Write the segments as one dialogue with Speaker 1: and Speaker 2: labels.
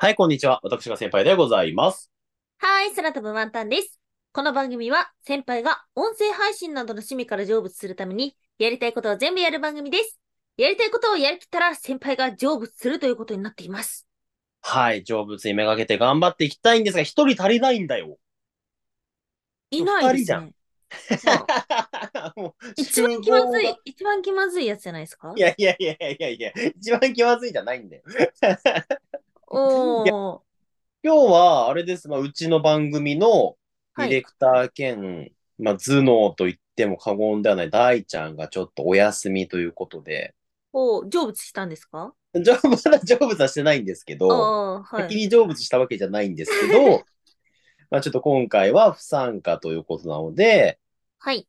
Speaker 1: はい、こんにちは。私が先輩でございます。
Speaker 2: はい、空飛ぶワンタンです。この番組は先輩が音声配信などの趣味から成仏するためにやりたいことを全部やる番組です。やりたいことをやりきったら先輩が成仏するということになっています。
Speaker 1: はい、成仏にめがけて頑張っていきたいんですが、一人足りないんだよ。
Speaker 2: いないですね。 そう
Speaker 1: もう
Speaker 2: 一番気まず
Speaker 1: 集合
Speaker 2: い
Speaker 1: が、
Speaker 2: 一番気まずいやつじゃないですか
Speaker 1: いやいやいやいやいや、一番気まずいじゃないんだよ。
Speaker 2: おー。
Speaker 1: 今日は、あれです。まあ、うちの番組の
Speaker 2: は
Speaker 1: ディ
Speaker 2: い
Speaker 1: レ。クター兼、まあ、頭脳と言っても過言ではない大ちゃんがちょっとお休みということで、
Speaker 2: おー、成仏したんですか
Speaker 1: じゃあまだ成仏はしてないんですけ
Speaker 2: ああ
Speaker 1: ど、
Speaker 2: ー、はい。
Speaker 1: 先に成仏したわけじゃないんです けど、まあちょっと今回は不参加ということなので、
Speaker 2: はい。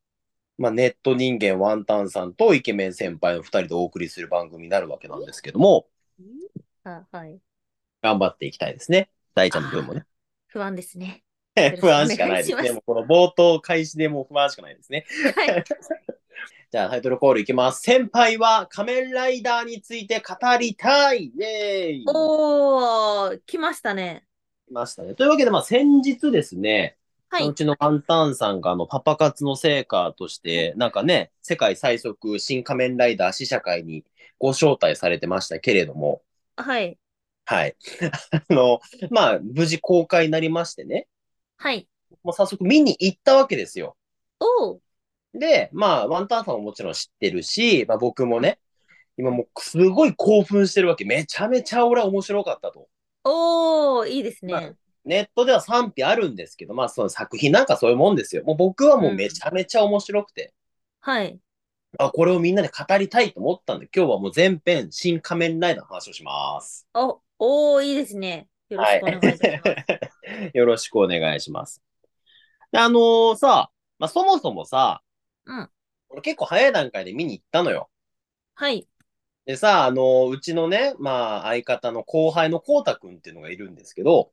Speaker 1: まあネット人間ワンタンさんとイケメン先輩の二人でお送りする番組になるわけなんですけども、
Speaker 2: あはい。
Speaker 1: 頑張っていきたいですね。大ちゃんの分もね。
Speaker 2: 不安ですね。よろしくお
Speaker 1: 不
Speaker 2: 願い
Speaker 1: 安しかないで
Speaker 2: し
Speaker 1: す
Speaker 2: ます
Speaker 1: ね。もうこの冒頭開始でもう不安しかないですね。
Speaker 2: はい。
Speaker 1: じゃあタイトルコールいきます。先輩は仮面ライダーについて語りたいイェーイ
Speaker 2: おー、来ましたね。
Speaker 1: 来ましたね。というわけで、まあ先日ですね、
Speaker 2: は
Speaker 1: う
Speaker 2: い。
Speaker 1: ちのワンタンさんがあのパパ活の成果として、なんかね、世界最速新仮面ライダー試写会にご招待されてましたけれども、
Speaker 2: はい。
Speaker 1: はい。 あの、まあ、無事公開になりましてね、
Speaker 2: はい。
Speaker 1: もう早速見に行ったわけですよ。
Speaker 2: おー。
Speaker 1: で、まあ、ワンタンさんももちろん知ってるし、まあ僕もね、今もうすごい興奮してるわけ。めちゃめちゃ俺は面白かったと。
Speaker 2: おー、いいですね。
Speaker 1: まあネットでは賛否あるんですけど、まあその作品なんかそういうもんですよ。もう僕はもうめちゃめちゃ面白くて。
Speaker 2: はい。
Speaker 1: あ、これをみんなで語りたいと思ったんで、今日はもう全編、新仮面ライダーの話をします。
Speaker 2: お、おー、いいですね。よろしくお願いいたします。
Speaker 1: よろしくお願いします。であのーさ、まあ、そもそもさ、
Speaker 2: うん。
Speaker 1: 俺結構早い段階で見に行ったのよ。
Speaker 2: はい。
Speaker 1: でさ、あのーうちのね、まあ、相方の後輩のこうたくんっていうのがいるんですけど、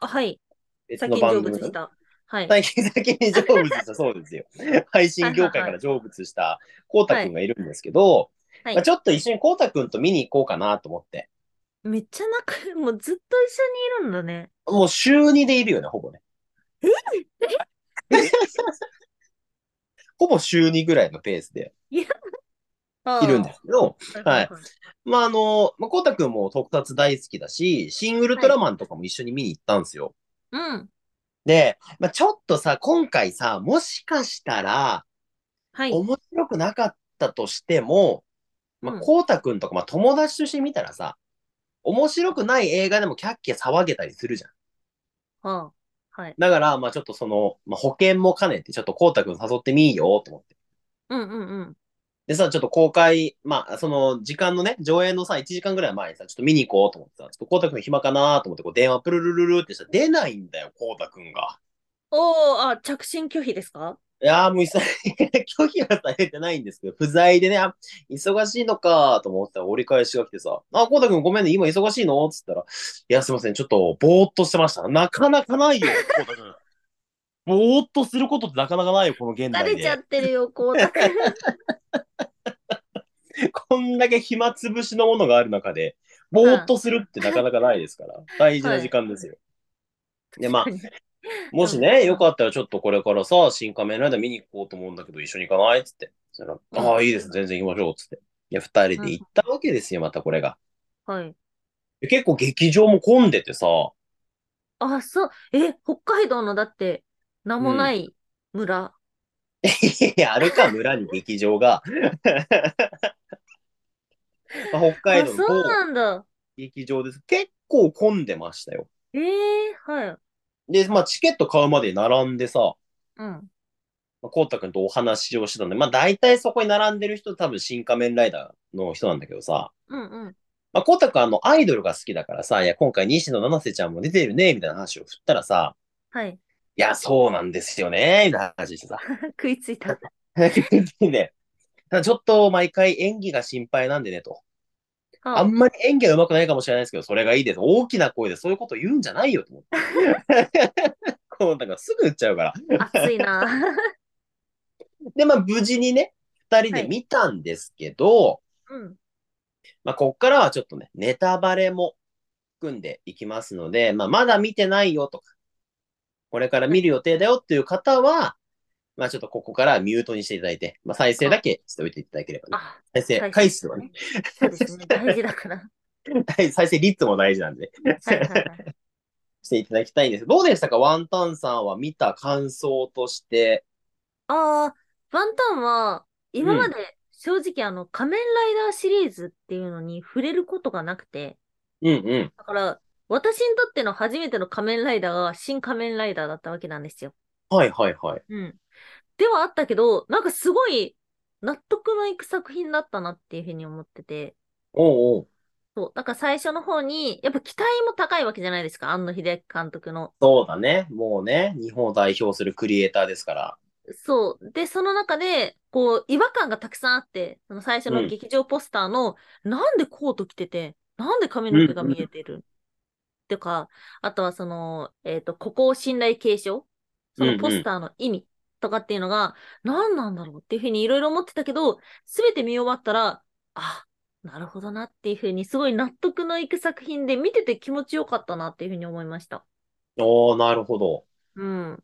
Speaker 2: あはい。
Speaker 1: 別
Speaker 2: 先
Speaker 1: の
Speaker 2: に成
Speaker 1: 番組
Speaker 2: 仏
Speaker 1: の
Speaker 2: し
Speaker 1: ね
Speaker 2: た。はい。
Speaker 1: 最近先に 成仏したそうですよ。配信業界から成仏したこうたくんがいるんですけど、
Speaker 2: はい
Speaker 1: まあ、ちょっと一緒にこうたくんと見に行こうかなと思って。
Speaker 2: めっちゃ仲良い、 もうずっと一緒にいるんだね。
Speaker 1: もう週2でいるよね、ほぼね。 ほぼ週2ぐらいのペースで
Speaker 2: あー
Speaker 1: いるんですけど、
Speaker 2: は
Speaker 1: はいい。まああの、まあ、こうたくんも特撮大好きだし、シン・ウルトラマンとかも一緒に見に行ったんですよ。
Speaker 2: うん。
Speaker 1: で、まあ、ちょっとさ、今回さ、もしかしたら、
Speaker 2: はい。
Speaker 1: 面白くなかったとしても、まあ
Speaker 2: うん
Speaker 1: こうたくんとか、まあ、友達として見たらさ、面白くない映画でもキャッキャ騒げたりするじゃん。
Speaker 2: あーはい。
Speaker 1: だから、まあちょっとその、まあ、保険も兼ねて、ちょっとこうたくん誘ってみいよ、と思って。
Speaker 2: うんうんうん。
Speaker 1: でさ、ちょっと公開、まあ、その時間のね、上映のさ、1時間ぐらい前にさ、ちょっと見に行こうと思ってさ、ちょっとこうたくん暇かなと思って、こう電話プルルルルってさ、出ないんだよ、こうたくんが。
Speaker 2: おー、あ、着信拒否ですか
Speaker 1: いやーもうさ、拒否はされてないんですけど、不在でね、あ忙しいのかと思ってたら折り返しが来てさ、あ、こうたくんごめんね、今忙しいのつったら、いや、すいません、ちょっとぼーっとしてました。なかなかないよ、こうたくん。ぼーっとすることってなかなかないよ、この現代
Speaker 2: 疲
Speaker 1: で。
Speaker 2: れちゃってるよ、こうたくん。
Speaker 1: こんだけ暇つぶしのものがある中で、ぼーっとするってなかなかないですから、 大事な時間ですよ。で、まあ、もしね、よかったらちょっとこれからさ、新仮面ライダー見に行こうと思うんだけど、一緒に行かないっつって。そしたら、
Speaker 2: うん
Speaker 1: ああ、いいです、全然行きましょう、つって。いや、二人で行ったわけですよ、またこれが。
Speaker 2: はい。
Speaker 1: で結構劇場も混んでてさ、
Speaker 2: あ、そう。え、北海道のだって、名もない村。
Speaker 1: いや、あるか、村に劇場が。 まあ北海
Speaker 2: あ、
Speaker 1: 道
Speaker 2: そ
Speaker 1: の某
Speaker 2: うなんだ。
Speaker 1: 劇場です。結構混んでましたよ。
Speaker 2: えー、はい。
Speaker 1: で、まあ、チケット買うまで並んでさ、
Speaker 2: うん。
Speaker 1: まあ、こうたくんとお話をしてたんで、まあ大体そこに並んでる人多分新仮面ライダーの人なんだけどさ、
Speaker 2: うんうん。
Speaker 1: まあ、こうたくんあのアイドルが好きだからさ、いや今回西野七瀬ちゃんも出てるね、みたいな話を振ったらさ、
Speaker 2: はい。
Speaker 1: いや、そうなんですよね、みたいな話してさ。
Speaker 2: 食いついた。
Speaker 1: ね、ただちょっと毎回演技が心配なんでね、と。あ
Speaker 2: あ
Speaker 1: んまり演技が上手くないかもしれないですけど、それがいいです。大きな声でそういうこと言うんじゃないよ、と思って。こうなんかすぐ言っちゃうから。
Speaker 2: 熱いな。
Speaker 1: で、まあ無事にね、二人で見たんですけど、
Speaker 2: うん。
Speaker 1: まあ、こっからはちょっとね、ネタバレも含んでいきますので、まあ、まだ見てないよとか、これから見る予定だよっていう方は、まあ、ちょっとここからミュートにしていただいて、まあ、再生だけしておいていただければね。
Speaker 2: あ、
Speaker 1: 再生回数はね、
Speaker 2: そうですね。大事だから。
Speaker 1: 再生率も大事なんで、
Speaker 2: はいはいはい。
Speaker 1: していただきたいんです。どうでしたかワンタンさんは見た感想として。
Speaker 2: あー、ワンタンは、今まで正直あの、仮面ライダーシリーズっていうのに触れることがなくて、
Speaker 1: うんうん。
Speaker 2: だから、私にとっての初めての仮面ライダーが新仮面ライダーだったわけなんですよ。
Speaker 1: はいはいはい。
Speaker 2: うん。ではあったけど、なんかすごい納得のいく作品だったなっていうふうに思ってて、
Speaker 1: おうおう。
Speaker 2: そう、なんか最初の方に、やっぱ期待も高いわけじゃないですか、庵野秀明監督の。
Speaker 1: そうだね。もうね、日本を代表するクリエイターですから。
Speaker 2: そう。で、その中で、こう、違和感がたくさんあって、その最初
Speaker 1: う
Speaker 2: の
Speaker 1: ん
Speaker 2: 劇場ポスターの、なんでコート着てて、なんで髪の毛が見えてる、とか、あとはその、えっ、と、ここを信頼継承そ
Speaker 1: うんう
Speaker 2: の
Speaker 1: ん
Speaker 2: ポスターの意味とかっていうのが、何なんだろうっていうふうにいろいろ思ってたけど、すべて見終わったら、あ、なるほどなっていうふうに、すごい納得のいく作品で見てて気持ちよかったなっていうふうに思いました。
Speaker 1: おおなるほど。
Speaker 2: うん。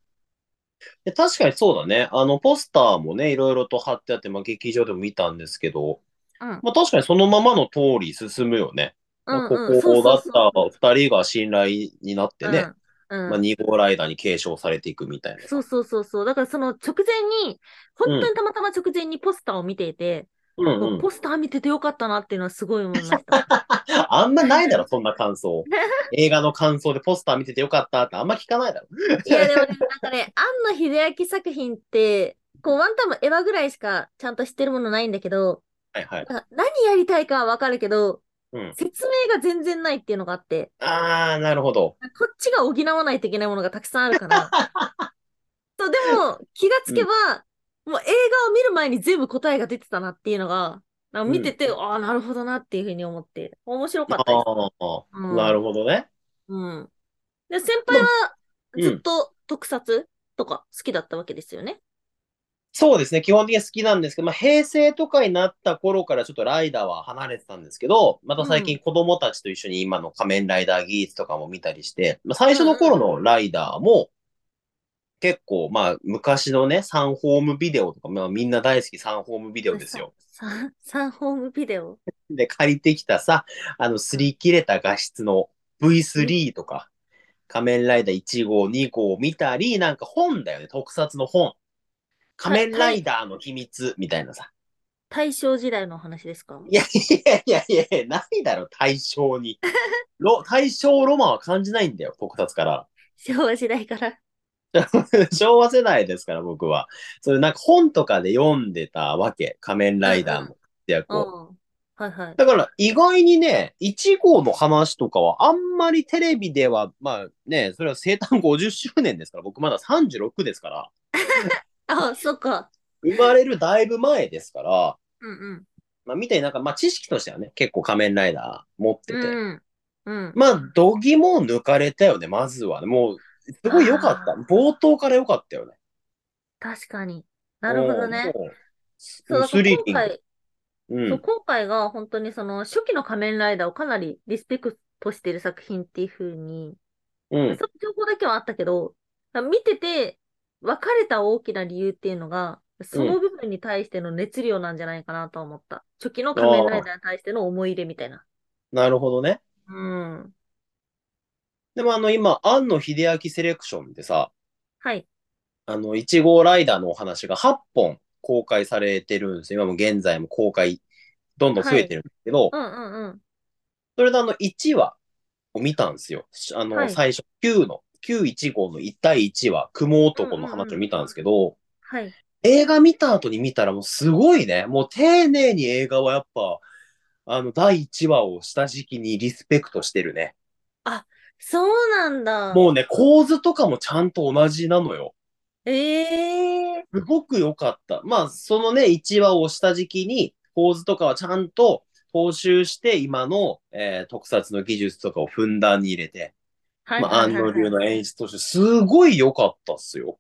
Speaker 1: で確かにそうだね。あの、ポスターもね、いろいろと貼ってあって、まあ、劇場でも見たんですけど、
Speaker 2: うん。
Speaker 1: まあ、確かにそのままの通り進むよね。まあ
Speaker 2: うんうんそう
Speaker 1: ここだ
Speaker 2: そうそ
Speaker 1: っ
Speaker 2: う
Speaker 1: たら二人が信頼になってね、
Speaker 2: うん。うん
Speaker 1: まあ、2号ライダーに継承されていくみたいな。
Speaker 2: そうそうそうそう。だからその直前に、本当にたまたま直前にポスターを見ていて、
Speaker 1: うん
Speaker 2: こう
Speaker 1: うん。
Speaker 2: ポスター見ててよかったなっていうのはすごい思いました。
Speaker 1: あんまないだろ、そんな感 想。映画の感想でポスター見ててよかったってあんま聞かないだろ。
Speaker 2: いやでもね、なんかね、庵野秀明作品って、こうワンタンもエヴァぐらいしかちゃんと知ってるものないんだけど、
Speaker 1: はいはい。
Speaker 2: なんか何やりたいかはわかるけど、
Speaker 1: うん。
Speaker 2: 説明が全然ないっていうのがあって、
Speaker 1: あー、なるほど。
Speaker 2: こっちが補わないといけないものがたくさんある から。そう、でも気がつけば、もう映画を見る前に全部答えが出てたなっていうのが、なんか見てて、ああ、なるほどなっていうふうに思って、面白か
Speaker 1: あ
Speaker 2: ったです。
Speaker 1: ー、
Speaker 2: うん
Speaker 1: なるほどね。
Speaker 2: うん。で、先輩は
Speaker 1: うん
Speaker 2: ずっと特撮とか好きだったわけですよね。
Speaker 1: そうですね。基本的には好きなんですけど、まあ、平成とかになった頃からちょっとライダーは離れてたんですけど、また最近子供たちと一緒に今の仮面ライダー技術とかも見たりして、まあ、最初の頃のライダーも、結構、まあ、昔のね、サンホームビデオとか、まあ、みんな大好きサンホームビデオですよ。
Speaker 2: さ。サンホームビデオ。
Speaker 1: で、借りてきたさ、あの、擦り切れた画質の V3 とか、仮面ライダー1号、2号を見たり、なんか本だよね、特撮の本。仮面ライダーの秘密みたいなさ。
Speaker 2: 大正時代のお話ですか
Speaker 1: いやいやいやいやいや、ないだろ、対象に。ロ対象ロマンは感じないんだよ、特撮から。
Speaker 2: 昭和時代から。
Speaker 1: 昭和世代ですから、僕は。それなんか本とかで読んでたわけ、仮面ライダーの活躍
Speaker 2: う
Speaker 1: を。
Speaker 2: ん。はいはい。
Speaker 1: だから意外にね、1号の話とかはあんまりテレビでは、まあね、それは生誕50周年ですから、僕まだ36ですから、
Speaker 2: あ、そっか。
Speaker 1: 生まれるだいぶ前ですから、
Speaker 2: うんうん。
Speaker 1: まあ見てなんか、まあ知識としてはね、結構仮面ライダー持ってて、
Speaker 2: うん。うん。
Speaker 1: まあ、度肝も抜かれたよね、まずはね。もう、すごい良かった
Speaker 2: あ。
Speaker 1: 冒頭から良かったよね。
Speaker 2: 確かに。なるほどね。
Speaker 1: もう。
Speaker 2: そう、だから
Speaker 1: スリ
Speaker 2: 今
Speaker 1: リン
Speaker 2: 回、
Speaker 1: グう。
Speaker 2: そうん今回が本当にその初期の仮面ライダーをかなりリスペクトしてる作品っていう風に、
Speaker 1: うん。
Speaker 2: その情報だけはあったけど、見てて別れた大きな理由っていうのが、その部分に対しての熱量なんじゃないかなとは思った。初期の仮面ライダーに対しての思い入れみたいな。
Speaker 1: なるほどね。
Speaker 2: うん。
Speaker 1: でもあの、今、庵野秀明セレクションでさ、
Speaker 2: はい。
Speaker 1: あの、1号ライダーのお話が8本公開されてるんですよ。今も現在も公開、どんどん増えてるんですけど、
Speaker 2: うんうんうん。
Speaker 1: それであの、1話を見たんですよ。あの、
Speaker 2: はい
Speaker 1: 最初、9の、915の1対1話、雲男の話を見たんですけど、
Speaker 2: はい。
Speaker 1: 映画見た後に見たらもうすごいね。もう丁寧に映画はやっぱ、あの、第1話を下敷きにリスペクトしてるね。
Speaker 2: そうなんだ。
Speaker 1: もうね、構図とかもちゃんと同じなのよ。
Speaker 2: ええ
Speaker 1: すごく良かった。まあ、そのね、1話を下敷きに、構図とかはちゃんと踏襲して、今の、えー特撮の技術とかをふんだんに入れて、
Speaker 2: はい
Speaker 1: まあ、
Speaker 2: は
Speaker 1: 安
Speaker 2: いはい
Speaker 1: 野
Speaker 2: はい
Speaker 1: 流の演出として、すごい良かったっすよ。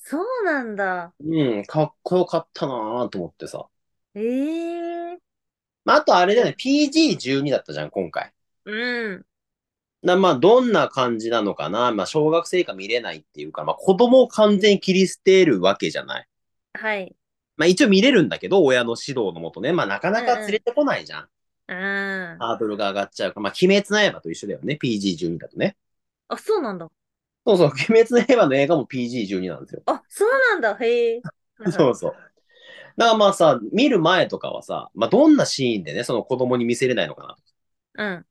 Speaker 2: そうなんだ。
Speaker 1: うん、かっこよかったなぁと思ってさ。
Speaker 2: ええ
Speaker 1: まあ、あとあれだよね、PG12 だったじゃん、今回。
Speaker 2: うん。
Speaker 1: なまあ、どんな感じなのかな。まあ、小学生以下見れないっていうか、まあ、子供を完全に切り捨てるわけじゃない。
Speaker 2: はい。
Speaker 1: まあ、一応見れるんだけど、親の指導のもとね。まあ、なかなか連れてこないじゃん。
Speaker 2: うん。
Speaker 1: ハードルが上がっちゃうから。まあ、鬼滅の刃と一緒だよね。PG12 だとね。
Speaker 2: あ、そうなんだ。
Speaker 1: そうそう、 鬼滅の刃の映画も PG12 なんですよ。
Speaker 2: あ、そうなんだ。へ え。
Speaker 1: そうそう。だからまあさ、見る前とかはさ、まあ、どんなシーンでね、その子供に見せれないのかな。
Speaker 2: うん。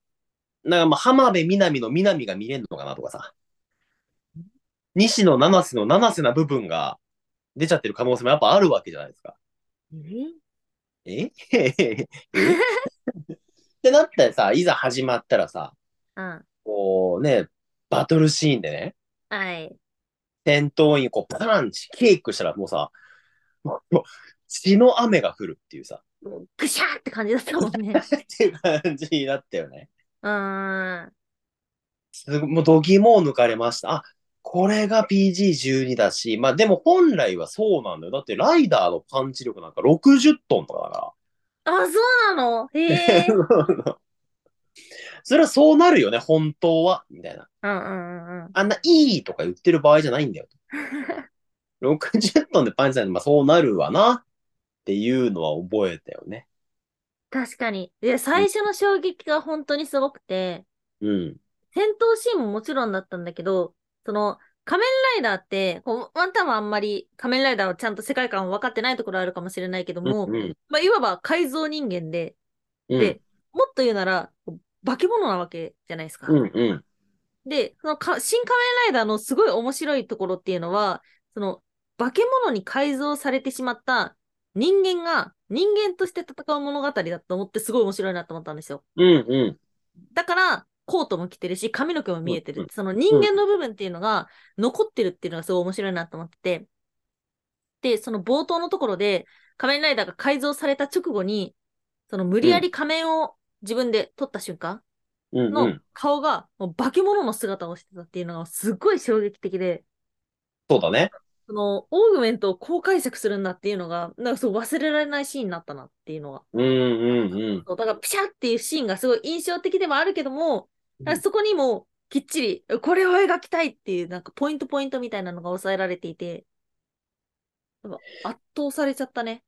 Speaker 1: なんかまあ、浜辺美波の美波が見れるのかなとかさ。西野七瀬の七瀬な部分が出ちゃってる可能性もやっぱあるわけじゃないですか。え えってなったらさ、いざ始まったらさ、
Speaker 2: うん。
Speaker 1: こうね、バトルシーンでね、
Speaker 2: はい。
Speaker 1: 戦闘員をこうパンチ、キックしたらもうさ、もう血の雨が降るっていうさ、
Speaker 2: もうぐしゃーって感じだったもんね。
Speaker 1: っていう感じになったよね。
Speaker 2: うーん。
Speaker 1: すごもう度肝を抜かれました。あ、これが PG12 だし、まあでも本来はそうなんだよ。だってライダーのパンチ力なんか60トンとかだか
Speaker 2: あ、そうなのへ
Speaker 1: ら。
Speaker 2: え。
Speaker 1: それはそうなるよね、本当は。みたいな。
Speaker 2: うんうんうんうん。
Speaker 1: あんないいとか言ってる場合じゃないんだよ。60トンでパンチされるのまあそうなるわな。っていうのは覚えたよね。
Speaker 2: 確かに。いや、最初の衝撃が本当にすごくて、
Speaker 1: うん。
Speaker 2: 戦闘シーンももちろんだったんだけど、その、仮面ライダーって、こうワンタンはあんまり仮面ライダーはちゃんと世界観を分かってないところあるかもしれないけども、
Speaker 1: うんうん
Speaker 2: まあ、いわば改造人間で、
Speaker 1: うん
Speaker 2: でもっと言うなら、こう化け物なわけじゃないですか。
Speaker 1: うんうん。
Speaker 2: で、そのか、新仮面ライダーのすごい面白いところっていうのは、その、化け物に改造されてしまった人間が人間として戦う物語だと思ってすごい面白いなと思ったんですよ。
Speaker 1: うんうん。
Speaker 2: だから、コートも着てるし、髪の毛も見えて
Speaker 1: うん
Speaker 2: る
Speaker 1: う。
Speaker 2: その人間の部分っていうのが残ってるっていうのがすごい面白いなと思ってて。で、その冒頭のところで、仮面ライダーが改造された直後に、その無理やり仮面を自分で取った瞬間
Speaker 1: うんう
Speaker 2: の
Speaker 1: ん。
Speaker 2: 顔が、もう化け物の姿をしてたっていうのがすっごい衝撃的で、
Speaker 1: そうだね。
Speaker 2: その、オーグメントをこう解釈するんだっていうのが、なんかそう忘れられないシーンになったなっていうのが。
Speaker 1: うんうんうん。
Speaker 2: そうだから、ピシャっていうシーンがすごい印象的でもあるけども、だからそこにもきっちり、これを描きたいっていう、なんかポイントポイントみたいなのが抑えられていて、やっぱ圧倒されちゃったね。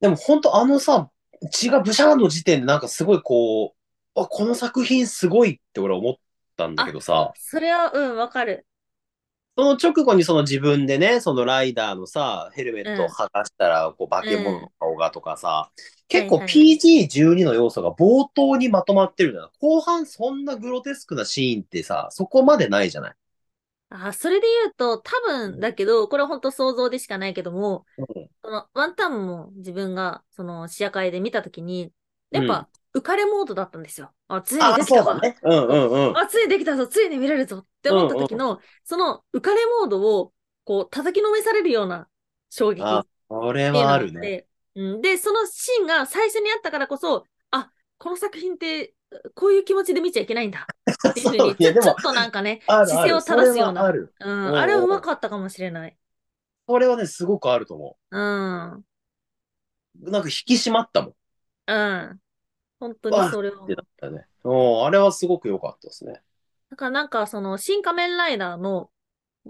Speaker 1: でも本当あのさ、血がブシャーの時点でなんかすごいこう、あ、この作品すごいって俺は思ったんだけどさ、
Speaker 2: それは、うん、わかる。
Speaker 1: その直後にその自分でね、そのライダーのさ、ヘルメットを剥がしたら、こう化け物の顔がとかさ、結構
Speaker 2: はいはい
Speaker 1: PG12 の要素が冒頭にまとまってるんだな。後半そんなグロテスクなシーンってさ、そこまでないじゃない。
Speaker 2: あ、それで言うと、多分だけど、これは本当想像でしかないけども、そのワンタンも自分が、その試写会で見たときに、やっぱ、浮かれモードだったんですよ。あ、ついに
Speaker 1: あ
Speaker 2: で、き
Speaker 1: そう
Speaker 2: た
Speaker 1: だ
Speaker 2: わ。
Speaker 1: ね。うんうんうん。
Speaker 2: あ、ついにできたぞ、ついに見れるぞって思った時の、その浮かれモードを、こう、叩きのめされるような衝撃っ
Speaker 1: あ、これ
Speaker 2: ていうの
Speaker 1: は
Speaker 2: が
Speaker 1: あ
Speaker 2: あ
Speaker 1: る
Speaker 2: っ
Speaker 1: ね。
Speaker 2: て、うん、で、そのシーンが最初にあったからこそ、あ、この作品って、こういう気持ちで見ちゃいけないんだっていうふう
Speaker 1: そう
Speaker 2: に、ちょ
Speaker 1: ねでも
Speaker 2: ちょっとなんかね、
Speaker 1: あるあ
Speaker 2: 姿勢
Speaker 1: る
Speaker 2: を正すよう
Speaker 1: それは
Speaker 2: な
Speaker 1: あ。る。
Speaker 2: うん、
Speaker 1: おう
Speaker 2: あれはうまかったかもしれない。
Speaker 1: それはね、すごくあると思
Speaker 2: うん、うん。
Speaker 1: う。なんか引き締まったもん。
Speaker 2: 本当にそれは
Speaker 1: って。なったね。うん、あれはすごく良かったですね。
Speaker 2: だからなんか、その、新仮面ライダーの、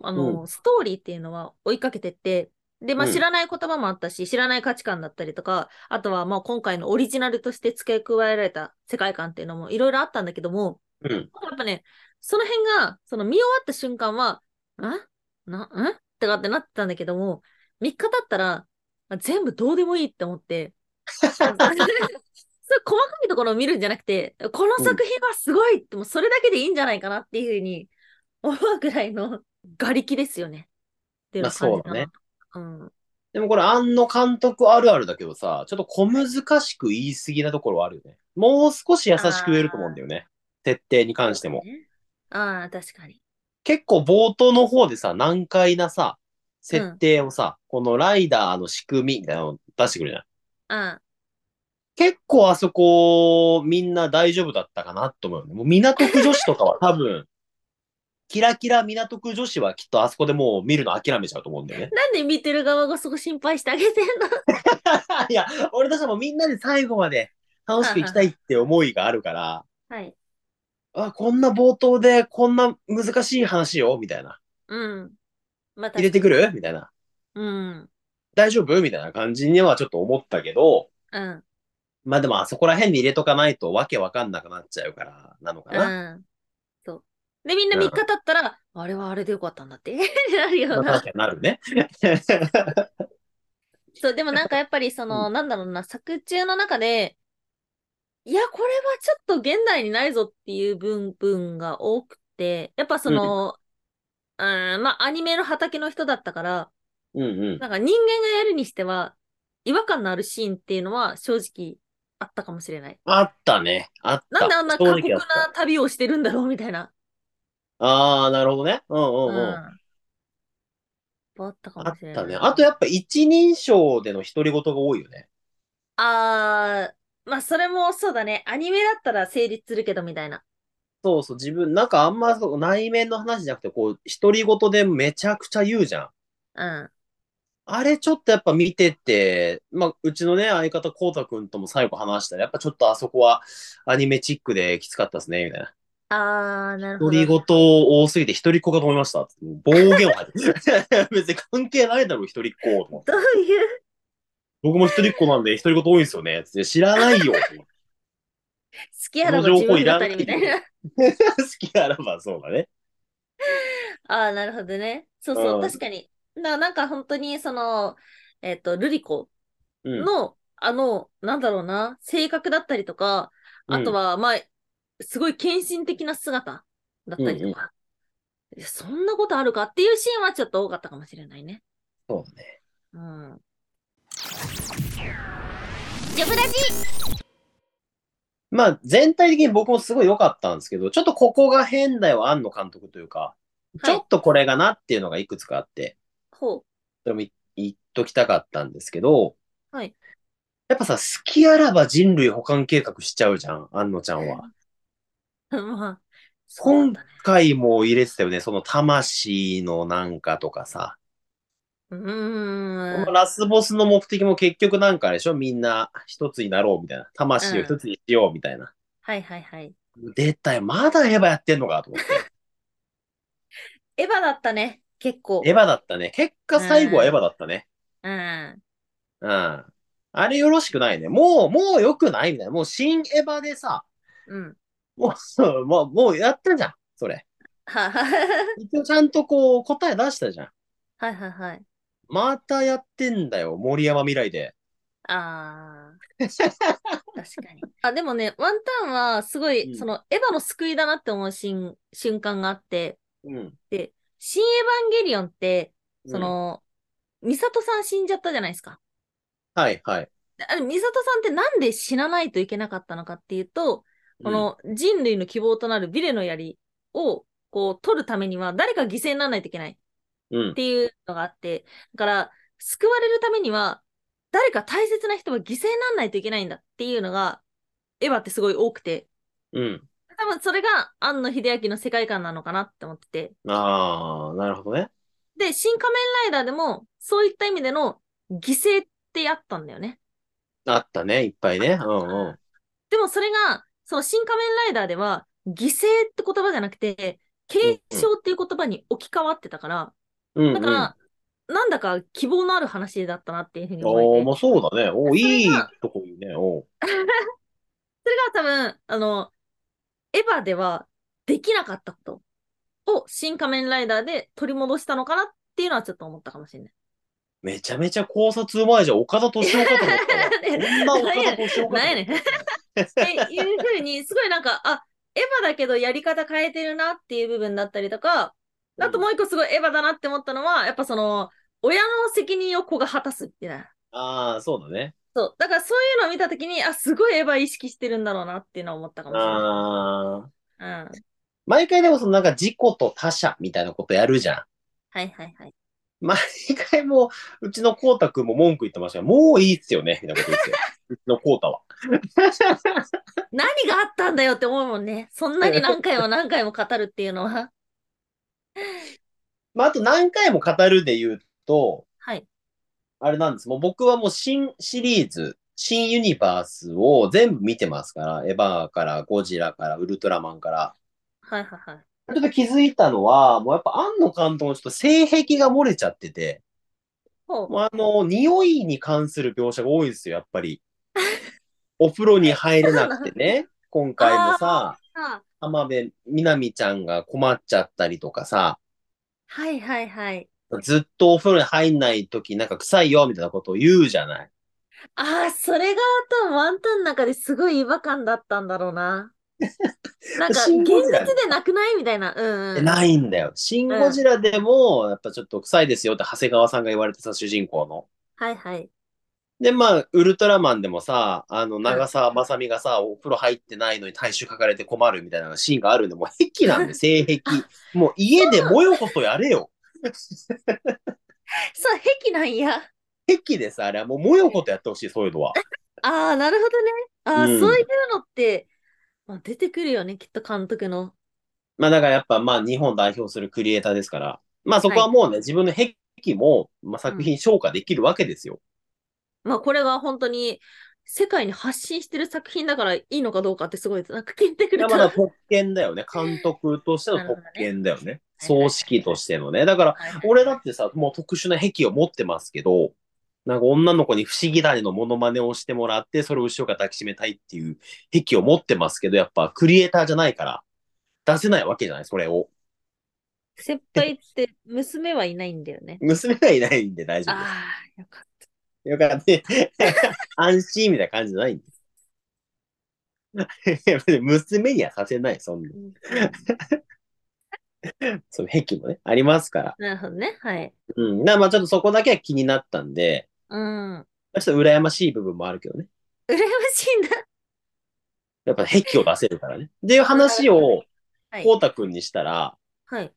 Speaker 2: あの、ストーリーっていうのは追いかけてって、で、まあ、
Speaker 1: うん
Speaker 2: 知らない言葉もあったし、知らない価値観だったりとか、あとは、まあ、今回のオリジナルとして付け加えられた世界観っていうのもいろいろあったんだけども、
Speaker 1: うん。
Speaker 2: やっぱね、その辺が、その見終わった瞬間は、んな、んとかってなってたんだけども、3日経ったら、まあ全部どうでもいいって思って、 そう細かいところを見るんじゃなくて、この作品はすごいって、もうそれだけでいいんじゃないかなっていうふうに思うぐらいの瓦礫ですよね。っていうのを感じたな
Speaker 1: まあ
Speaker 2: うん。
Speaker 1: でもこれ、庵野監督あるあるだけどさ、ちょっと小難しく言い過ぎなところはあるよね。もう少し優しく言えると思うんだよね。設定に関しても。
Speaker 2: ああ、確かに。
Speaker 1: 結構冒頭の方でさ、難解なさ、設定をさ、このライダーの仕組みみたいなの出してくるじゃん。
Speaker 2: あ
Speaker 1: 結構あそこ、みんな大丈夫だったかなと思うよね。もう港区女子とかは多分、キラキラ港区女子はきっとあそこでもう見るの諦めちゃうと思うんだよね。
Speaker 2: なんで見てる側がそこ心配してあげてんの
Speaker 1: いや、俺としてもみんなで最後まで楽しくいきたいって思いがあるから、
Speaker 2: はい。
Speaker 1: あ、こんな冒頭でこんな難しい話よみたいな。
Speaker 2: うん。また
Speaker 1: 入、れてくるみたいな。
Speaker 2: うん。
Speaker 1: 大丈夫みたいな感じにはちょっと思ったけど、
Speaker 2: うん。
Speaker 1: まあでもあそこら辺に入れとかないとわけわかんなくなっちゃうからなのかな。
Speaker 2: うん。そう。で、みんな3日経ったら、あれはあれでよかったんだって。 なるよ
Speaker 1: まあ
Speaker 2: うな
Speaker 1: 確。かになるね。
Speaker 2: そう、でもなんかやっぱりその、なんだろうな、作中の中で、いや、これはちょっと現代にないぞっていう部分が多くて、やっぱその、うーん、まあアニメの畑の人だったから、
Speaker 1: うんうん。
Speaker 2: なんか人間がやるにしては、違和感のあるシーンっていうのは正直あったかもしれない。
Speaker 1: あったね。あっ
Speaker 2: な
Speaker 1: た。
Speaker 2: んであんな過酷
Speaker 1: 正直あ
Speaker 2: な
Speaker 1: った
Speaker 2: 旅をしてるんだろうみたいな。
Speaker 1: ああ、なるほどね。うんう
Speaker 2: う。
Speaker 1: んうんん。
Speaker 2: あったか
Speaker 1: あ
Speaker 2: も
Speaker 1: っ
Speaker 2: しれない。
Speaker 1: たね。あとやっぱ一人称での独り言が多いよね。
Speaker 2: あーまあそれもそうだね。アニメだったら成立するけどみたいな。
Speaker 1: そうそう、自分、なんかあんまそう内面の話じゃなくて、こう、独り言でめちゃくちゃ言うじゃん。
Speaker 2: うん。
Speaker 1: あれちょっとやっぱ見てて、まあ、うちのね、相方、こうたくんとも最後話したら、やっぱちょっとあそこはアニメチックできつかったですね、みたいな。
Speaker 2: ああ、なるほ
Speaker 1: 独
Speaker 2: ど。
Speaker 1: り言多すぎて独りっ子かと思いました。暴言を吐いて。別に関係ないだろう、独りっ子と思って。
Speaker 2: どういう、
Speaker 1: 僕も独りっ子なんで独り言多いんですよね。つって知らないよ。と思って
Speaker 2: 好きやらば自分語りみたい
Speaker 1: その情報いら
Speaker 2: な。
Speaker 1: 好きあらばそうだね。
Speaker 2: ああ、なるほどね。そうそうう、
Speaker 1: ん
Speaker 2: 確かに。な、なんか本当に、その、えっと、ルリコ
Speaker 1: うん。
Speaker 2: の、あの、なんだろうな、性格だったりとか、あとは、まあ、すごい献身的な姿だったりとか、いやそんなことあるかっていうシーンはちょっと多かったかもしれないね。
Speaker 1: そうだね。
Speaker 2: うん。ジョブラジ
Speaker 1: まあ、全体的に僕もすごい良かったんですけど、ちょっとここが変だよ、庵野監督というか、ちょ
Speaker 2: はい
Speaker 1: っとこれがなっていうのがいくつかあって、
Speaker 2: ほ
Speaker 1: それもい言っときたかったんですけど、
Speaker 2: はい
Speaker 1: やっぱさ、好きあらば人類保管計画しちゃうじゃん、庵野ちゃんは。
Speaker 2: う。 まあ、そう
Speaker 1: 今
Speaker 2: だね。
Speaker 1: 回も入れてたよね、その魂のなんかとかさ。
Speaker 2: う
Speaker 1: この
Speaker 2: ーん。
Speaker 1: ラスボスの目的も結局なんかあれでしょみんな一つになろうみたいな。魂を一つにしようみたいな。
Speaker 2: はいはいはい。
Speaker 1: 出たよ。まだエヴァやってんのかと思って。
Speaker 2: エヴァだったね、結構。
Speaker 1: エヴァだったね。結果最後はエヴァだったね。
Speaker 2: うん。
Speaker 1: うん。あれよろしくないね。もう、もう良くないみたいな。もう新エヴァでさ、
Speaker 2: うん。
Speaker 1: もう、 もう、もうやったじゃん。それ。
Speaker 2: はは
Speaker 1: 一応ちゃんとこう答え出したじゃん。
Speaker 2: はいはいはい。
Speaker 1: またやってんだよ。森山未来 で。
Speaker 2: ああ。確かに。 あ、でもね、ワンタンはすごい、
Speaker 1: うん
Speaker 2: その、エヴァの救いだなって思うシーン瞬間があって、
Speaker 1: うん。
Speaker 2: 新エヴァンゲリオンって、その、ミサトさん死んじゃったじゃないですか。
Speaker 1: うん、はいはい。
Speaker 2: であれ、ミサトさんってなんで死なないといけなかったのかっていうと、この人類の希望となるビレの槍を、こう、取るためには誰か犠牲にならないといけない。
Speaker 1: うん、う
Speaker 2: っ
Speaker 1: ん。
Speaker 2: ていうのがあって、だから、救われるためには、誰か大切な人は犠牲にならないといけないんだっていうのが、エヴァってすごい多くて、
Speaker 1: うん。
Speaker 2: 多分それが庵野秀明の世界観なのかなって思ってて、
Speaker 1: ああ、なるほどね。
Speaker 2: で、新仮面ライダーでも、そういった意味での犠牲ってあったんだよね。
Speaker 1: あったね、いっぱいね。うんうん。
Speaker 2: でもそれが、その新仮面ライダーでは、犠牲って言葉じゃなくて、継承っていう言葉に置き換わってたから、
Speaker 1: うん、う
Speaker 2: だ
Speaker 1: ん。
Speaker 2: から、なんだか希望のある話だったなっていうふうに思えて。
Speaker 1: おー、まあそうだね。おー
Speaker 2: それ
Speaker 1: いい
Speaker 2: が
Speaker 1: とこ言うね。おー
Speaker 2: それが多分、あの、エヴァではできなかったことを新仮面ライダーで取り戻したのかなっていうのはちょっと思ったかもしれない。
Speaker 1: めちゃめちゃ考察うまいじゃん。岡田敏夫かと思ったわ
Speaker 2: ね
Speaker 1: こんな岡田敏夫かと思った。
Speaker 2: なん やねんなんやねんっていうふうに、すごいなんか、あ、エヴァだけどやり方変えてるなっていう部分だったりとか、あともう一個すごいエヴァだなって思ったのは、やっぱその、親の責任を子が果たすっていうな。
Speaker 1: ああ、そうだね。
Speaker 2: そう。だからそういうのを見たときに、あ、すごいエヴァ意識してるんだろうなっていうのは思ったかもしれない。
Speaker 1: ああ。
Speaker 2: うん。
Speaker 1: 毎回でもそのなんか自己と他者みたいなことやるじゃ
Speaker 2: はいはいはい。
Speaker 1: ん。毎回もう、うちのこうたくんも文句言ってましたよ。もういいっすよね。みたいなことですよ。うちのこうたは。
Speaker 2: 何があったんだよって思うもんね。そんなに何回 も何回も語るっていうのは。
Speaker 1: まああと何回も語るで言うと、
Speaker 2: はい。
Speaker 1: あれなんです。もう僕はもう新シリーズ、新ユニバースを全部見てますから、エヴァから、ゴジラから、ウルトラマンから。
Speaker 2: はいはいはい。
Speaker 1: ちょっと気づいたのは、もうやっぱ庵野監督のちょっと性癖が漏れちゃってて、
Speaker 2: ほう。
Speaker 1: もうあの、匂いに関する描写が多いんですよ、やっ ぱり。お風呂に入れなくてね、今回もさ、
Speaker 2: あ
Speaker 1: 浜辺美波ちゃんが困っちゃったりとかさ、
Speaker 2: はいはいはい。
Speaker 1: ずっとお風呂に入んない時なんか臭いよ、みたいなことを言うじゃない。
Speaker 2: ああ、それが多分ワンタンの中ですごい違和感だったんだろう な。なんか、
Speaker 1: シン
Speaker 2: 現
Speaker 1: ゴジ
Speaker 2: 実
Speaker 1: ラ
Speaker 2: でなくないみたいな。うん、うん。
Speaker 1: ないんだよ。シン・ゴジラでも、やっぱちょっと臭いですよって長谷川さんが言われてさ、主人公の。
Speaker 2: はいはい。
Speaker 1: で、まあ、ウルトラマンでもさ、あの、長澤まさみがさ、お風呂入ってないのに体臭書かれて困るみたいなシーンがあるんで、もう癖なん で、性癖。もう家でもよことやれよ。
Speaker 2: そう、癖なんや。
Speaker 1: 癖でさ、あれはもうもよことやってほしい、そういうのは。
Speaker 2: ああ、なるほどね。ああ、
Speaker 1: うん
Speaker 2: そういうのって、まあ、出てくるよね、きっと監督の。
Speaker 1: まあ、だからやっぱ、まあ、日本を代表するクリエイターですから、まあ、そこはもうね、自分の癖も、まあ、作品消化できるわけですよ。
Speaker 2: まあ、これが本当に世界に発信してる作品だからいいのかどうかってすごい、なんか聞いてくれ
Speaker 1: だ
Speaker 2: た。
Speaker 1: からら特権だよね。監督と しての特権だよ
Speaker 2: なる
Speaker 1: ね。
Speaker 2: ほどね
Speaker 1: 葬式としてのね。だから、
Speaker 2: はいはい
Speaker 1: 俺だってさ、もう特殊な癖を持ってますけど、なんか女の子に不思議種のモノマネをしてもらって、それを後ろから抱きしめたいっていう癖を持ってますけど、やっぱクリエイターじゃないから、出せないわけじゃない、それを。
Speaker 2: 先輩って娘はいないんだよね。
Speaker 1: 娘がいないんで大丈夫で
Speaker 2: ああ、よかっ
Speaker 1: す。よかったね。安心みたいな感じじゃないんで。 娘にはさせない、そんな。
Speaker 2: た。
Speaker 1: その癖もね、ありますから。
Speaker 2: なるほどね。はい。
Speaker 1: うん。な、まあちょっとそこだけは気になったんで、
Speaker 2: うん。羨
Speaker 1: ちょっと羨ましい部分もあるけどね。
Speaker 2: ましいんだ。
Speaker 1: やっぱ癖を出せるからね。っていう話を、
Speaker 2: はい
Speaker 1: こ。うたくんにしたら、
Speaker 2: はい。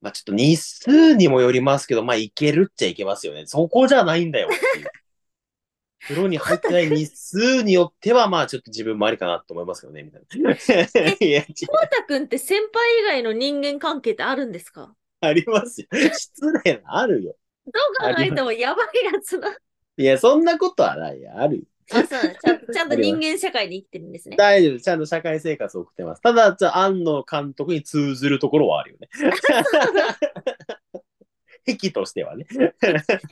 Speaker 1: まあちょっと日数にもよりますけど、まあいけるっちゃいけますよね。そこじゃないん だよっていう。風呂に入ってない日数によっては、まあちょっと自分もありかなと思いますけどね、み たいな。いや、違う
Speaker 2: コウタくんって先輩以外の人間関係ってあるんですか
Speaker 1: ありますよ。失礼な、あるよ。
Speaker 2: どう考えてもやばいやつだ。
Speaker 1: いや、そんなことはないよ。あるよ。
Speaker 2: あ、 そうだちゃんちゃんと人間社会に生きてるんですね。
Speaker 1: 大丈夫。ちゃんと社会生活を送ってます。ただ、ちょ安野監督に通ずるところはあるよ ね。癖としてはね。
Speaker 2: で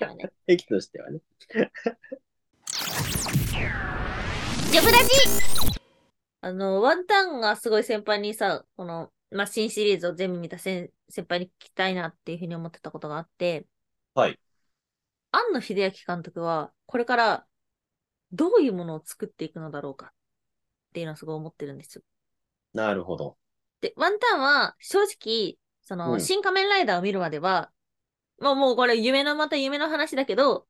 Speaker 2: はね
Speaker 1: 癖としてはね。
Speaker 2: ジョブラジあの、ワンタンがすごい先輩にさ、この、まあ、新シリーズを全部見た先先輩に聞きたいなっていうふうに思ってたことがあって、
Speaker 1: はい。
Speaker 2: 庵野秀明監督は、これから、どういうものを作っていくのだろうかっていうのはすごい思ってるんですよ。
Speaker 1: なるほど。
Speaker 2: で、ワンタンは、正直、その、
Speaker 1: うん
Speaker 2: 新仮面ライダーを見るまでは、まあ、もうこれ夢のまた夢の話だけど、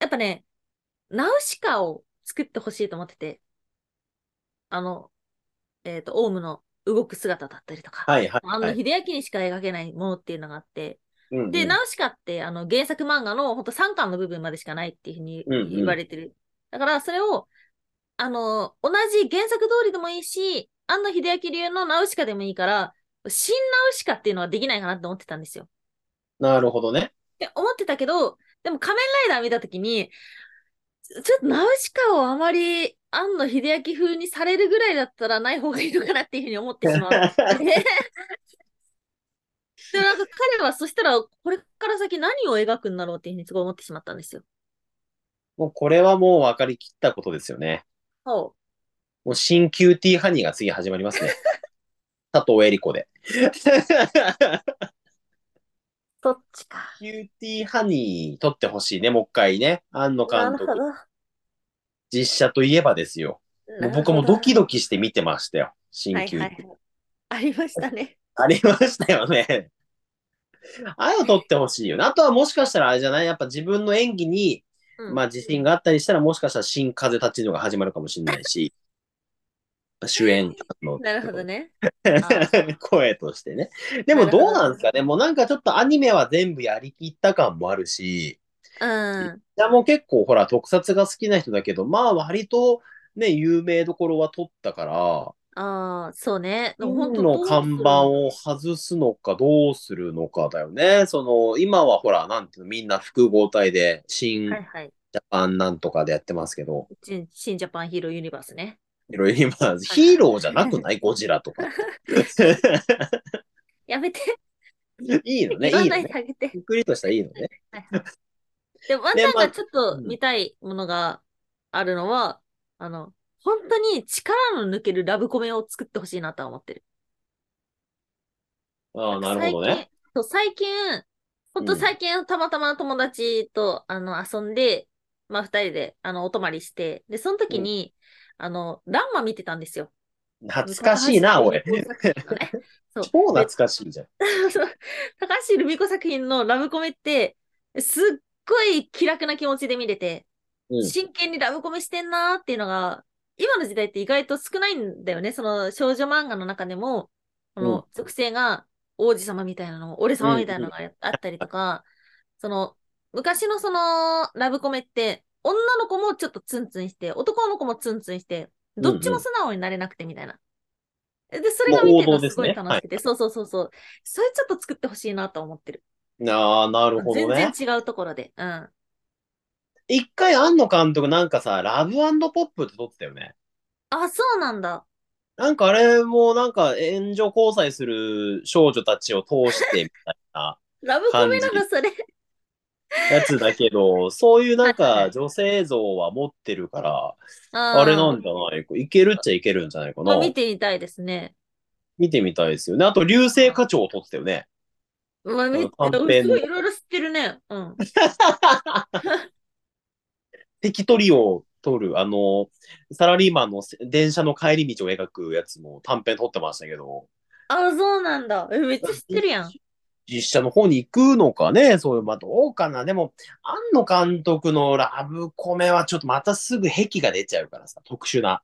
Speaker 2: やっぱね、ナウシカを作ってほしいと思ってて、あの、えっ、と、オウムの動く姿だったりとか、
Speaker 1: はいはい、
Speaker 2: あ
Speaker 1: は
Speaker 2: の、
Speaker 1: い。
Speaker 2: 秀明にしか描けないものっていうのがあって、
Speaker 1: うんうん
Speaker 2: で、ナウシカって、あの、原作漫画のほんと3巻の部分までしかないっていうふうに
Speaker 1: うんうん
Speaker 2: 言われてる。だから、それを、あの、同じ原作通りでもいいし、庵野秀明流のナウシカでもいいから、新ナウシカっていうのはできないかなって思ってたんですよ。
Speaker 1: なるほど
Speaker 2: っ
Speaker 1: ね。
Speaker 2: て思ってたけど、でも仮面ライダー見たときに、ちちょっとナウシカをあまり庵野秀明風にされるぐらいだったらない方がいいのかなっていうふうに思ってしま う。でもなんか彼はそしたらこれから先何を描くんだろうっていうふうにすごい思ってしまったんですよ。
Speaker 1: もうこれはもう分かりきったことですよね。
Speaker 2: そ
Speaker 1: もう新キューティーハニーが次始ま りますね。佐藤恵理子で。
Speaker 2: う。そっちか。
Speaker 1: キューティーハニー撮ってほしいね、もう一回ね。庵野監督。実写といえばですよ。もう僕もドキドキして見てましたよ。新
Speaker 2: はい
Speaker 1: 旧、
Speaker 2: はいはい。ありましたね。
Speaker 1: ありましたよ ね。あれを撮ってほしいよね。あとはもしかしたらあれじゃないやっぱ自分の演技に、
Speaker 2: うん
Speaker 1: まあ自信があったりしたらもしかしたら新風立ちのが始まるかもしれな いし、主演の
Speaker 2: なるほどね。
Speaker 1: 声としてね。でも
Speaker 2: なるほ
Speaker 1: ど
Speaker 2: ど
Speaker 1: うなんですかねもうなんかちょっとアニメは全部やりきった感もあるし、
Speaker 2: うん。
Speaker 1: いやもう結構ほら特撮が好きな人だけど、まあ割とね、有名どころは取ったから、
Speaker 2: ああ、そうね。でも
Speaker 1: 本
Speaker 2: 本当
Speaker 1: の看板
Speaker 2: を。
Speaker 1: を外すのかどうするのかだよね。その、今はほら、なんていうの、みんな複合体で新
Speaker 2: はいはい。
Speaker 1: ジャパンなんとかでやってますけど、
Speaker 2: 新新ジャパンヒーローユニバースね。
Speaker 1: いろいろ今、ヒーローじゃなくないゴジラ とか。
Speaker 2: やめて。
Speaker 1: いいのね、い
Speaker 2: 言わ
Speaker 1: いの
Speaker 2: ない
Speaker 1: ね
Speaker 2: で。あげて。
Speaker 1: ゆっくりとしたらいいのね。
Speaker 2: でも、ワンちゃん
Speaker 1: まあ
Speaker 2: がちょっと見たいものがあるのは、あの、本当に力の抜けるラブコメを作ってほしいなとは思ってる。
Speaker 1: ああ、なるほどね。
Speaker 2: そう最近、ほんと最近、たまたま友達と、あの、遊んで、まあ、二人で、あの、お泊まりして、で、その時に、あの、ランマ見てたんですよ。
Speaker 1: 懐かしいな、
Speaker 2: 高橋
Speaker 1: 俺。
Speaker 2: 留美子作品のねそ
Speaker 1: 超
Speaker 2: う
Speaker 1: 懐かしいじゃん。
Speaker 2: そう高橋留美子作品のラブコメって、すっごい気楽な気持ちで見れて、
Speaker 1: うん
Speaker 2: 真剣にラブコメしてんなーっていうのが、今の時代って意外と少ないんだよね。その少女漫画の中でも、こ
Speaker 1: うん
Speaker 2: の属性が王子様みたいなの、俺様みたいなのがあったりとか、その昔のそのラブコメって、女の子もちょっとツンツンして、男の子もツンツンして、どっちも素直になれなくてみたいな。で、それが見てる
Speaker 1: もう
Speaker 2: の
Speaker 1: 王道ですす
Speaker 2: ご
Speaker 1: ね
Speaker 2: い楽しくて、そうそうそうそう。それちょっと作ってほしいなと思ってる。
Speaker 1: ああ、なるほど
Speaker 2: 全然
Speaker 1: ね。
Speaker 2: 違うところで。うん。
Speaker 1: 一回、庵野監督なんかさ、ラブポップって撮ってたよね。
Speaker 2: あ、そうなんだ。
Speaker 1: なんかあれもなんか援助交際する少女たちを通してみたいな
Speaker 2: ラブコメなの、そ れ。
Speaker 1: やつだ けど、そういうなん
Speaker 2: はいは
Speaker 1: か
Speaker 2: い
Speaker 1: 女性像は持ってるから、
Speaker 2: あ
Speaker 1: あれなん
Speaker 2: だ。
Speaker 1: じゃないか。いけるっちゃいけるんじゃないか
Speaker 2: まあ
Speaker 1: な。
Speaker 2: 見てみたいですね。
Speaker 1: 見てみたいですよね。あと、流星課長を撮ってたよね。
Speaker 2: まあ、見て、
Speaker 1: あ
Speaker 2: う
Speaker 1: の
Speaker 2: んす
Speaker 1: 短
Speaker 2: ごい
Speaker 1: 編
Speaker 2: い
Speaker 1: の
Speaker 2: ろいろ知ってるね。うん。
Speaker 1: 敵取りを撮る、あの、サラリーマンの電車の帰り道を描くやつも短編撮ってましたけど、
Speaker 2: あ、そうなんだ。え、めっちゃ知ってる やん。
Speaker 1: 実写の方に行くのかね、そういう、まあ、どうかな。でも、庵野監督のラブコメはちょっとまたすぐ癖が出ちゃうからさ、特 殊な。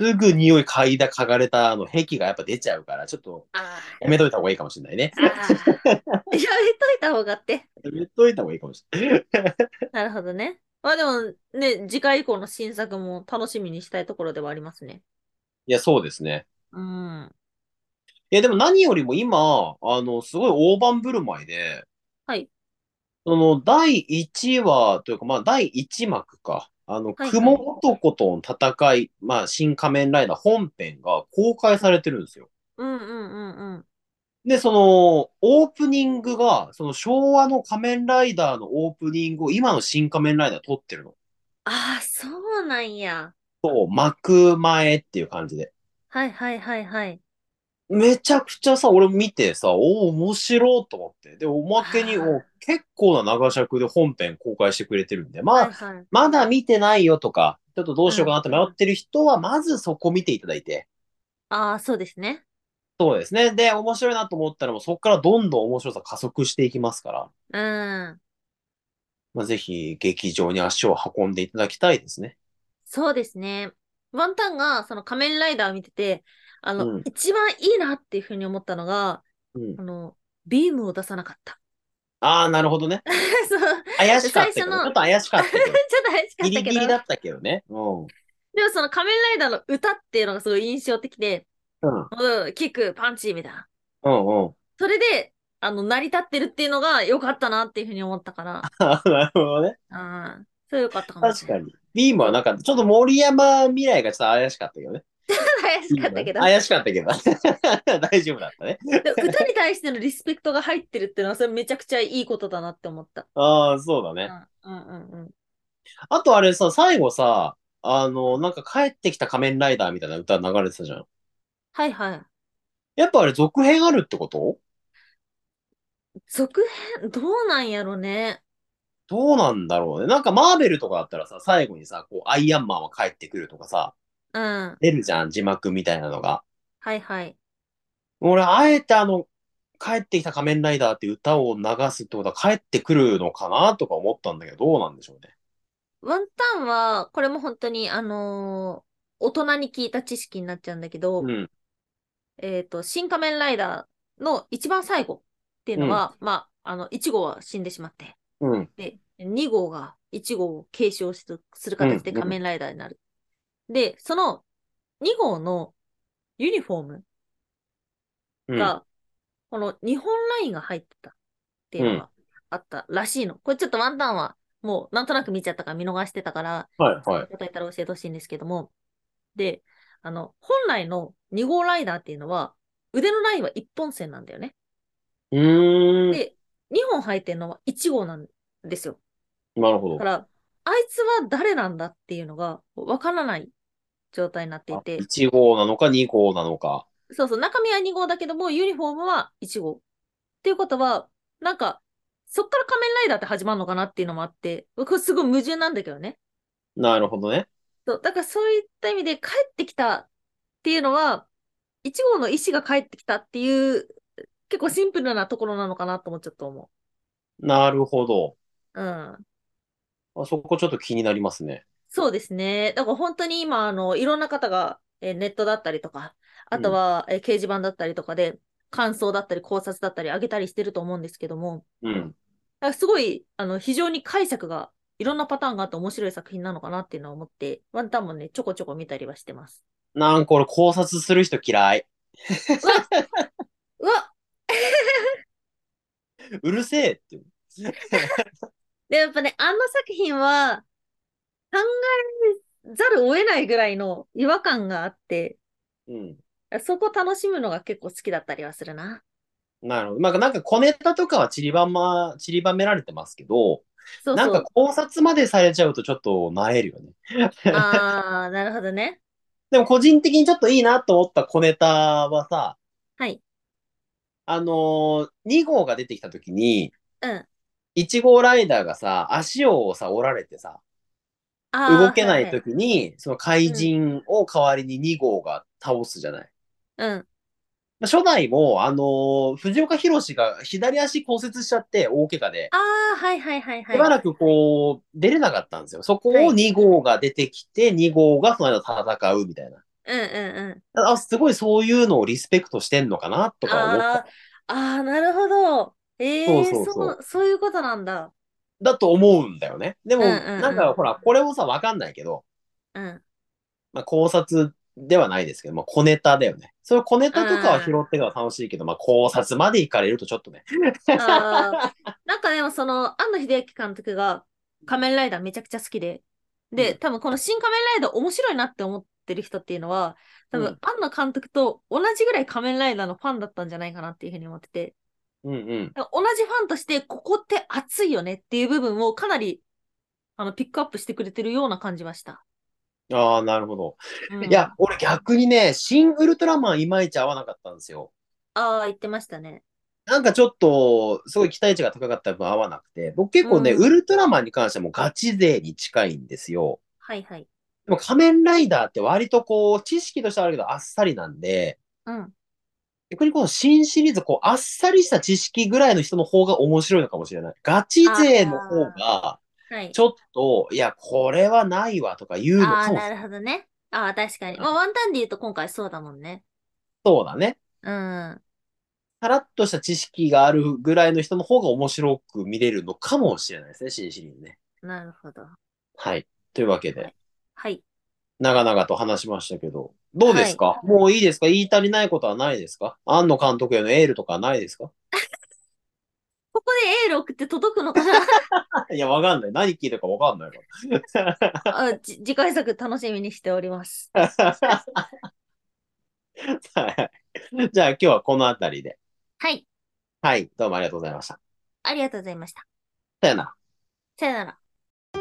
Speaker 1: すぐ匂い嗅いだ嗅がれたの癖がやっぱ出ちゃうから、ちょっと
Speaker 2: あ
Speaker 1: やめといた方がいいかもしれないね。
Speaker 2: あ。やめといた方がって。
Speaker 1: やめといた方がいいかもしれない。
Speaker 2: なるほどね。まあでもね、次回以降の新作も楽しみにしたいところではありますね。
Speaker 1: いや、そうですね。
Speaker 2: うん。
Speaker 1: いや、でも何よりも今、あの、すごい大盤振る舞いで、
Speaker 2: はい。
Speaker 1: その、第1話というか、まあ、第1幕か。あの、
Speaker 2: はい
Speaker 1: 雲男との戦い、まあ、新仮面ライダー本編が公開されてるんですよ。
Speaker 2: うんうんうんうん。
Speaker 1: で、その、オープニングが、その昭和の仮面ライダーのオープニングを今の新仮面ライダー撮ってるの。
Speaker 2: ああ、そうなんや。
Speaker 1: そう、幕前っていう感じで。
Speaker 2: はいはいはいはい。
Speaker 1: めちゃくちゃさ、俺見てさ、おお、面白いと思って。で、おまけに、
Speaker 2: あー
Speaker 1: お結構な長尺で本編公開してくれてるんで、ま
Speaker 2: はい
Speaker 1: あ、
Speaker 2: はい。
Speaker 1: まだ見てないよとか、ちょっとどうしようかなって迷ってる人は、まずそこ見ていただいて。
Speaker 2: ああ、そうですね。
Speaker 1: そうですね。で、面白いなと思ったら、もうそこからどんどん面白さ加速していきますから、
Speaker 2: うん。
Speaker 1: まあ、ぜひ劇場に足を運んでいただきたいですね。
Speaker 2: そうですね。ワンタンがその仮面ライダーを見てて、あの、
Speaker 1: うん
Speaker 2: 一番いいなっていうふうに思ったのが、
Speaker 1: うん
Speaker 2: あ。の、ビームを出さなかった。
Speaker 1: ああ、なるほどね。
Speaker 2: そう。ちょっ
Speaker 1: 怪しかったけど、
Speaker 2: 最初
Speaker 1: ち
Speaker 2: の
Speaker 1: ょっと怪しかった け ど、
Speaker 2: と怪しか
Speaker 1: ギ
Speaker 2: った
Speaker 1: リ
Speaker 2: け
Speaker 1: ギ
Speaker 2: ど
Speaker 1: リ。だったけどね。うん。うん。
Speaker 2: でもその仮面ライダーの歌っていうのがすごい印象的で、うん、キック、パンチみたいな。
Speaker 1: うん うん。
Speaker 2: それで、あの、成り立ってるっていうのが良かったなっていうふうに思ったから、
Speaker 1: なるほどね。
Speaker 2: うん。それ良かったかもし
Speaker 1: 確
Speaker 2: れない。
Speaker 1: かに。ビームはなかった。ちょっと森山未来がちょっと怪しかったけどね。
Speaker 2: 怪しか ったけど、
Speaker 1: 怪しかったけど。 大丈夫だったね。
Speaker 2: で 歌に対してのリスペクトが入ってるっていうのは、それめちゃくちゃいいことだなって思った。
Speaker 1: ああ、そうだ
Speaker 2: う
Speaker 1: ね。
Speaker 2: ん、うん、うんうん。
Speaker 1: あとあれさ、最後さ、あの、なんか帰ってきた仮面ライダーみたいな歌流れてたじゃん。
Speaker 2: はいはい。
Speaker 1: やっぱあれ続編あるってこと
Speaker 2: 続編、どうなんやろね。
Speaker 1: どうなんだろうね。なんかマーベルとかだったらさ、最後にさ、こう、アイアンマンは帰ってくるとかさ、
Speaker 2: うん。は
Speaker 1: 出るじゃん、字幕みたいなのが。
Speaker 2: いはい。
Speaker 1: 俺、あえてあの、帰ってきた仮面ライダーって歌を流すってことは帰ってくるのかなとか思ったんだけど、どうなんでしょうね。
Speaker 2: ワンタンは、これも本当に、あのー大人に聞いた知識になっちゃうんだけど、
Speaker 1: うん。
Speaker 2: えっと、新仮面ライダーの一番最後っていうのは、まあ、あの、1号は死んでしまって、
Speaker 1: うん。
Speaker 2: で、2号が1号を継承するする形で
Speaker 1: うんうん
Speaker 2: 仮面ライダーになる。で、その2号のユニフォーム
Speaker 1: うん。
Speaker 2: が、この日本ラインが入ってたっていうのがあったらしいの。これちょっとワンタンはもうなんとなく見ちゃったから見逃してたから、
Speaker 1: はい、はい。
Speaker 2: 答えたら教えてほしいんですけども。で、あの、本来の2号ライダーっていうのは、腕のラインは1本線なんだよね。
Speaker 1: うーん。
Speaker 2: で、2本入ってるのは1号なんですよ。
Speaker 1: なるほど
Speaker 2: だか。ら、あいつは誰なんだっていうのがわからない状態になっていて、
Speaker 1: 1号なのか2号なのか。
Speaker 2: そうそう、中身は2号だけども、ユニフォームは1号。っていうことは、なんか、そっから仮面ライダーって始まるのかなっていうのもあって、僕すごい矛盾なんだけどね。
Speaker 1: なるほどね。
Speaker 2: そう、だからそういった意味で帰ってきたっていうのは、1号の意思が帰ってきたっていう、結構シンプルなところなのかなともちょっと思
Speaker 1: なるほど。
Speaker 2: う。うん。
Speaker 1: あそこちょっと気になりますね。
Speaker 2: そうですね。だから本当に今、あの、いろんな方が、えーネットだったりとか、あとは、えー掲示板だったりとかで、感想だったり考察だったり上げたりしてると思うんですけども、
Speaker 1: うん。
Speaker 2: だからすごい、あの、非常に解釈が、いろんなパターンがあって面白い作品なのかなっていうのは思って、ワンタンもね、ちょこちょこ見たりはしてます。
Speaker 1: なんか俺考察する人嫌い。
Speaker 2: うわ
Speaker 1: うるせえって。
Speaker 2: で、やっぱね、あの作品は、考えざるを得ないぐらいの違和感があって、
Speaker 1: うん。
Speaker 2: そこ楽しむのが結構好きだったりはするな。
Speaker 1: なるほど。なんか、なんか小ネタとかは散りばま、散りばめられてますけど、
Speaker 2: そう
Speaker 1: なん
Speaker 2: そ
Speaker 1: か
Speaker 2: う。
Speaker 1: 考察までされちゃうとちょっと萎えるよね。
Speaker 2: ああ、なるほどね。
Speaker 1: でも個人的にちょっといいなと思った小ネタはさ、
Speaker 2: はい。
Speaker 1: あのー、2号が出てきた時に、
Speaker 2: うん。
Speaker 1: 1号ライダーがさ、足をさ、折られてさ、
Speaker 2: あー
Speaker 1: 動けない
Speaker 2: はい
Speaker 1: 時に、その怪人を代わりに2号が倒すじゃない。
Speaker 2: はいうん。
Speaker 1: まあ初代も、あのー藤岡弘が左足骨折しちゃって、大怪我で、
Speaker 2: ああ、はいはいはいはい。
Speaker 1: しばらくこう、出れなかったんですよ。そこを
Speaker 2: はい
Speaker 1: 2号が出てきて、2号がその間戦うみたいな。
Speaker 2: うんうんうん。
Speaker 1: あ、すごいそういうのをリスペクトしてんのかな、とか思った。
Speaker 2: ああ、ああ、なるほど。ええ
Speaker 1: そうそうそう
Speaker 2: そう、そういうことなんだ。
Speaker 1: だと思うんだよね。でも、
Speaker 2: うんうんうん
Speaker 1: なんかほら、これもさ、わかんないけど、
Speaker 2: うん。
Speaker 1: まあ、考察ではないですけど、まあ、小ネタだよね。そういう小ネタとかは拾ってが楽しいけど、まあ、考察まで行かれるとちょっとね。
Speaker 2: あ ーなんかでもその、安野秀明監督が仮面ライダーめちゃくちゃ好きで、で、
Speaker 1: うん
Speaker 2: 多分この新仮面ライダー面白いなって思ってる人っていうのは、多
Speaker 1: う
Speaker 2: 分
Speaker 1: ん
Speaker 2: 安野監督と同じぐらい仮面ライダーのファンだったんじゃないかなっていうふうに思ってて、
Speaker 1: うんうん。
Speaker 2: だから同じファンとしてここって熱いよねっていう部分をかなりあのピックアップしてくれてるような感じました。
Speaker 1: ああ、なるほど。
Speaker 2: うん
Speaker 1: いや、俺逆にね、シン・ウルトラマンいまいち合わなかったんですよ。
Speaker 2: ああ、言ってましたね。
Speaker 1: なんかちょっと、すごい期待値が高かった分合わなくて、僕結構ね、
Speaker 2: うん
Speaker 1: ウルトラマンに関してはもうガチ勢に近いんですよ。
Speaker 2: はいはい。
Speaker 1: でも仮面ライダーって割とこう、知識としてはあるけどあっさりなんで、
Speaker 2: うん。
Speaker 1: 逆にこの新シリーズ、こう、あっさりした知識ぐらいの人の方が面白いのかもしれない。ガチ勢の方が、
Speaker 2: はい。
Speaker 1: ちょっと、いや、これはないわとか言うの
Speaker 2: あ
Speaker 1: か
Speaker 2: あ、
Speaker 1: も
Speaker 2: なるほどね。ああ、確かに。
Speaker 1: うん
Speaker 2: まあ、ワンタンで言うと今回そうだもんね。
Speaker 1: そうだね。
Speaker 2: うん。
Speaker 1: さらっとした知識があるぐらいの人の方が面白く見れるのかもしれないですね、新シリーズね。
Speaker 2: なるほど。
Speaker 1: はい。というわけで、
Speaker 2: はい。
Speaker 1: 長々と話しましたけど、どうですか、もういいですか言い足りないことはないですか庵野監督へのエールとかはないですか
Speaker 2: ここでエール送って届くのか な
Speaker 1: いや、わかんない。何聞いたかわかんないから。
Speaker 2: あじ次回作楽しみにしております。
Speaker 1: はい。じゃあ今日はこのあたりで。
Speaker 2: はい。
Speaker 1: はい。どうもありがとうございました。
Speaker 2: ありがとうございました。
Speaker 1: さよな
Speaker 2: さよなら。
Speaker 1: ら。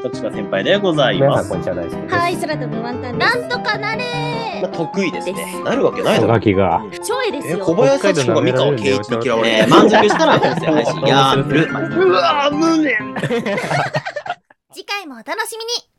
Speaker 1: こっちが先輩でござい
Speaker 3: 皆
Speaker 1: ま
Speaker 3: さん
Speaker 1: す。
Speaker 3: こんにちは大好きです。
Speaker 2: はい、空飛ぶワンタンです。なんとかなれ
Speaker 1: まあ得意です
Speaker 2: で
Speaker 1: ね。
Speaker 2: す
Speaker 1: なるわけないだ
Speaker 3: お
Speaker 1: ろ
Speaker 3: が。きが。
Speaker 2: 不調です
Speaker 1: え、
Speaker 2: よ。
Speaker 1: 小林幸子が三河圭一に嫌われ、
Speaker 3: えー
Speaker 1: 満足したら音声配信やめる。うわぁ、無念
Speaker 2: 次回もお楽しみに